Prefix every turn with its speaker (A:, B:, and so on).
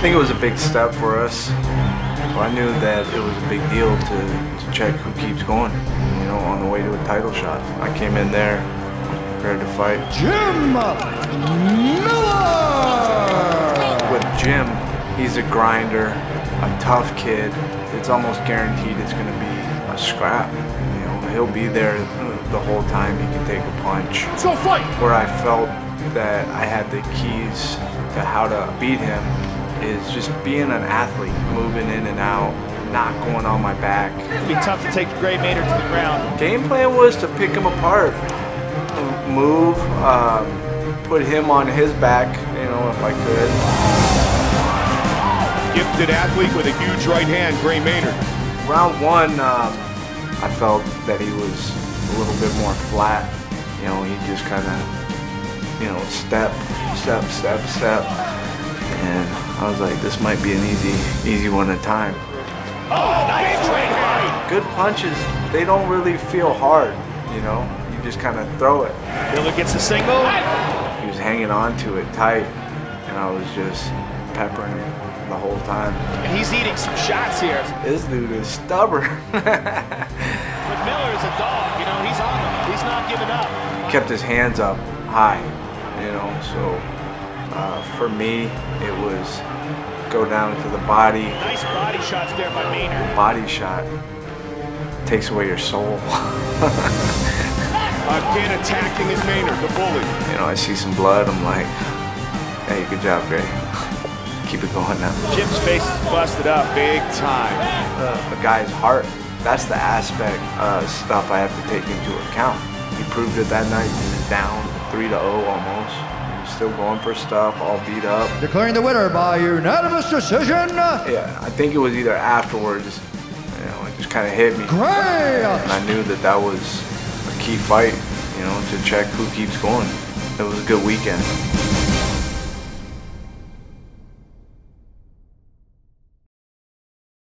A: think it was a big step for us. So I knew that it was a big deal to, to check who keeps going, you know, on the way to a title shot. I came in there prepared to fight.
B: Jim Miller!
A: With Jim, he's a grinder, a tough kid. It's almost guaranteed it's going to be a scrap. You know, he'll be there the whole time. He can take a punch.
B: So fight!
A: Where I felt that I had the keys to how to beat him is just being an athlete, moving in and out, not going on my back.
C: It'd be tough to take Gray Maynard to the ground.
A: Game plan was to pick him apart move, um, put him on his back, you know, if I could.
D: Gifted athlete with a huge right hand, Gray Maynard.
A: Round one, um, I felt that he was a little bit more flat. You know, he just kind of, you know, step, step, step, step. And I was like, this might be an easy, easy one at a time.
C: Oh, nice right hand!
A: Good punches, they don't really feel hard, you know? just kind of throw it.
C: Miller gets a single.
A: He was hanging on to it tight, and I was just peppering him the whole time.
C: And he's eating some shots here.
A: This dude is stubborn.
C: but Miller is a dog, you know, he's on him. He's not giving up.
A: He kept his hands up high, you know, so uh, for me, it was go down to the body.
C: Nice body shots there by Maynard.
A: Body shot takes away your soul.
D: Again, attacking is Maynard, the bully.
A: You know, I see some blood. I'm like, hey, good job, Gray. Keep it going now.
C: Jim's face is busted up
D: big time.
A: Uh, a guy's heart. That's the aspect uh, stuff I have to take into account. He proved it that night. He was down three to zero almost. He was still going for stuff, all beat up.
B: Declaring the winner by unanimous decision.
A: Yeah, I think it was either afterwards. You know, it just kind of hit me.
B: Gray.
A: And I knew that that was key fight, you know, to check who keeps going. It was a good weekend.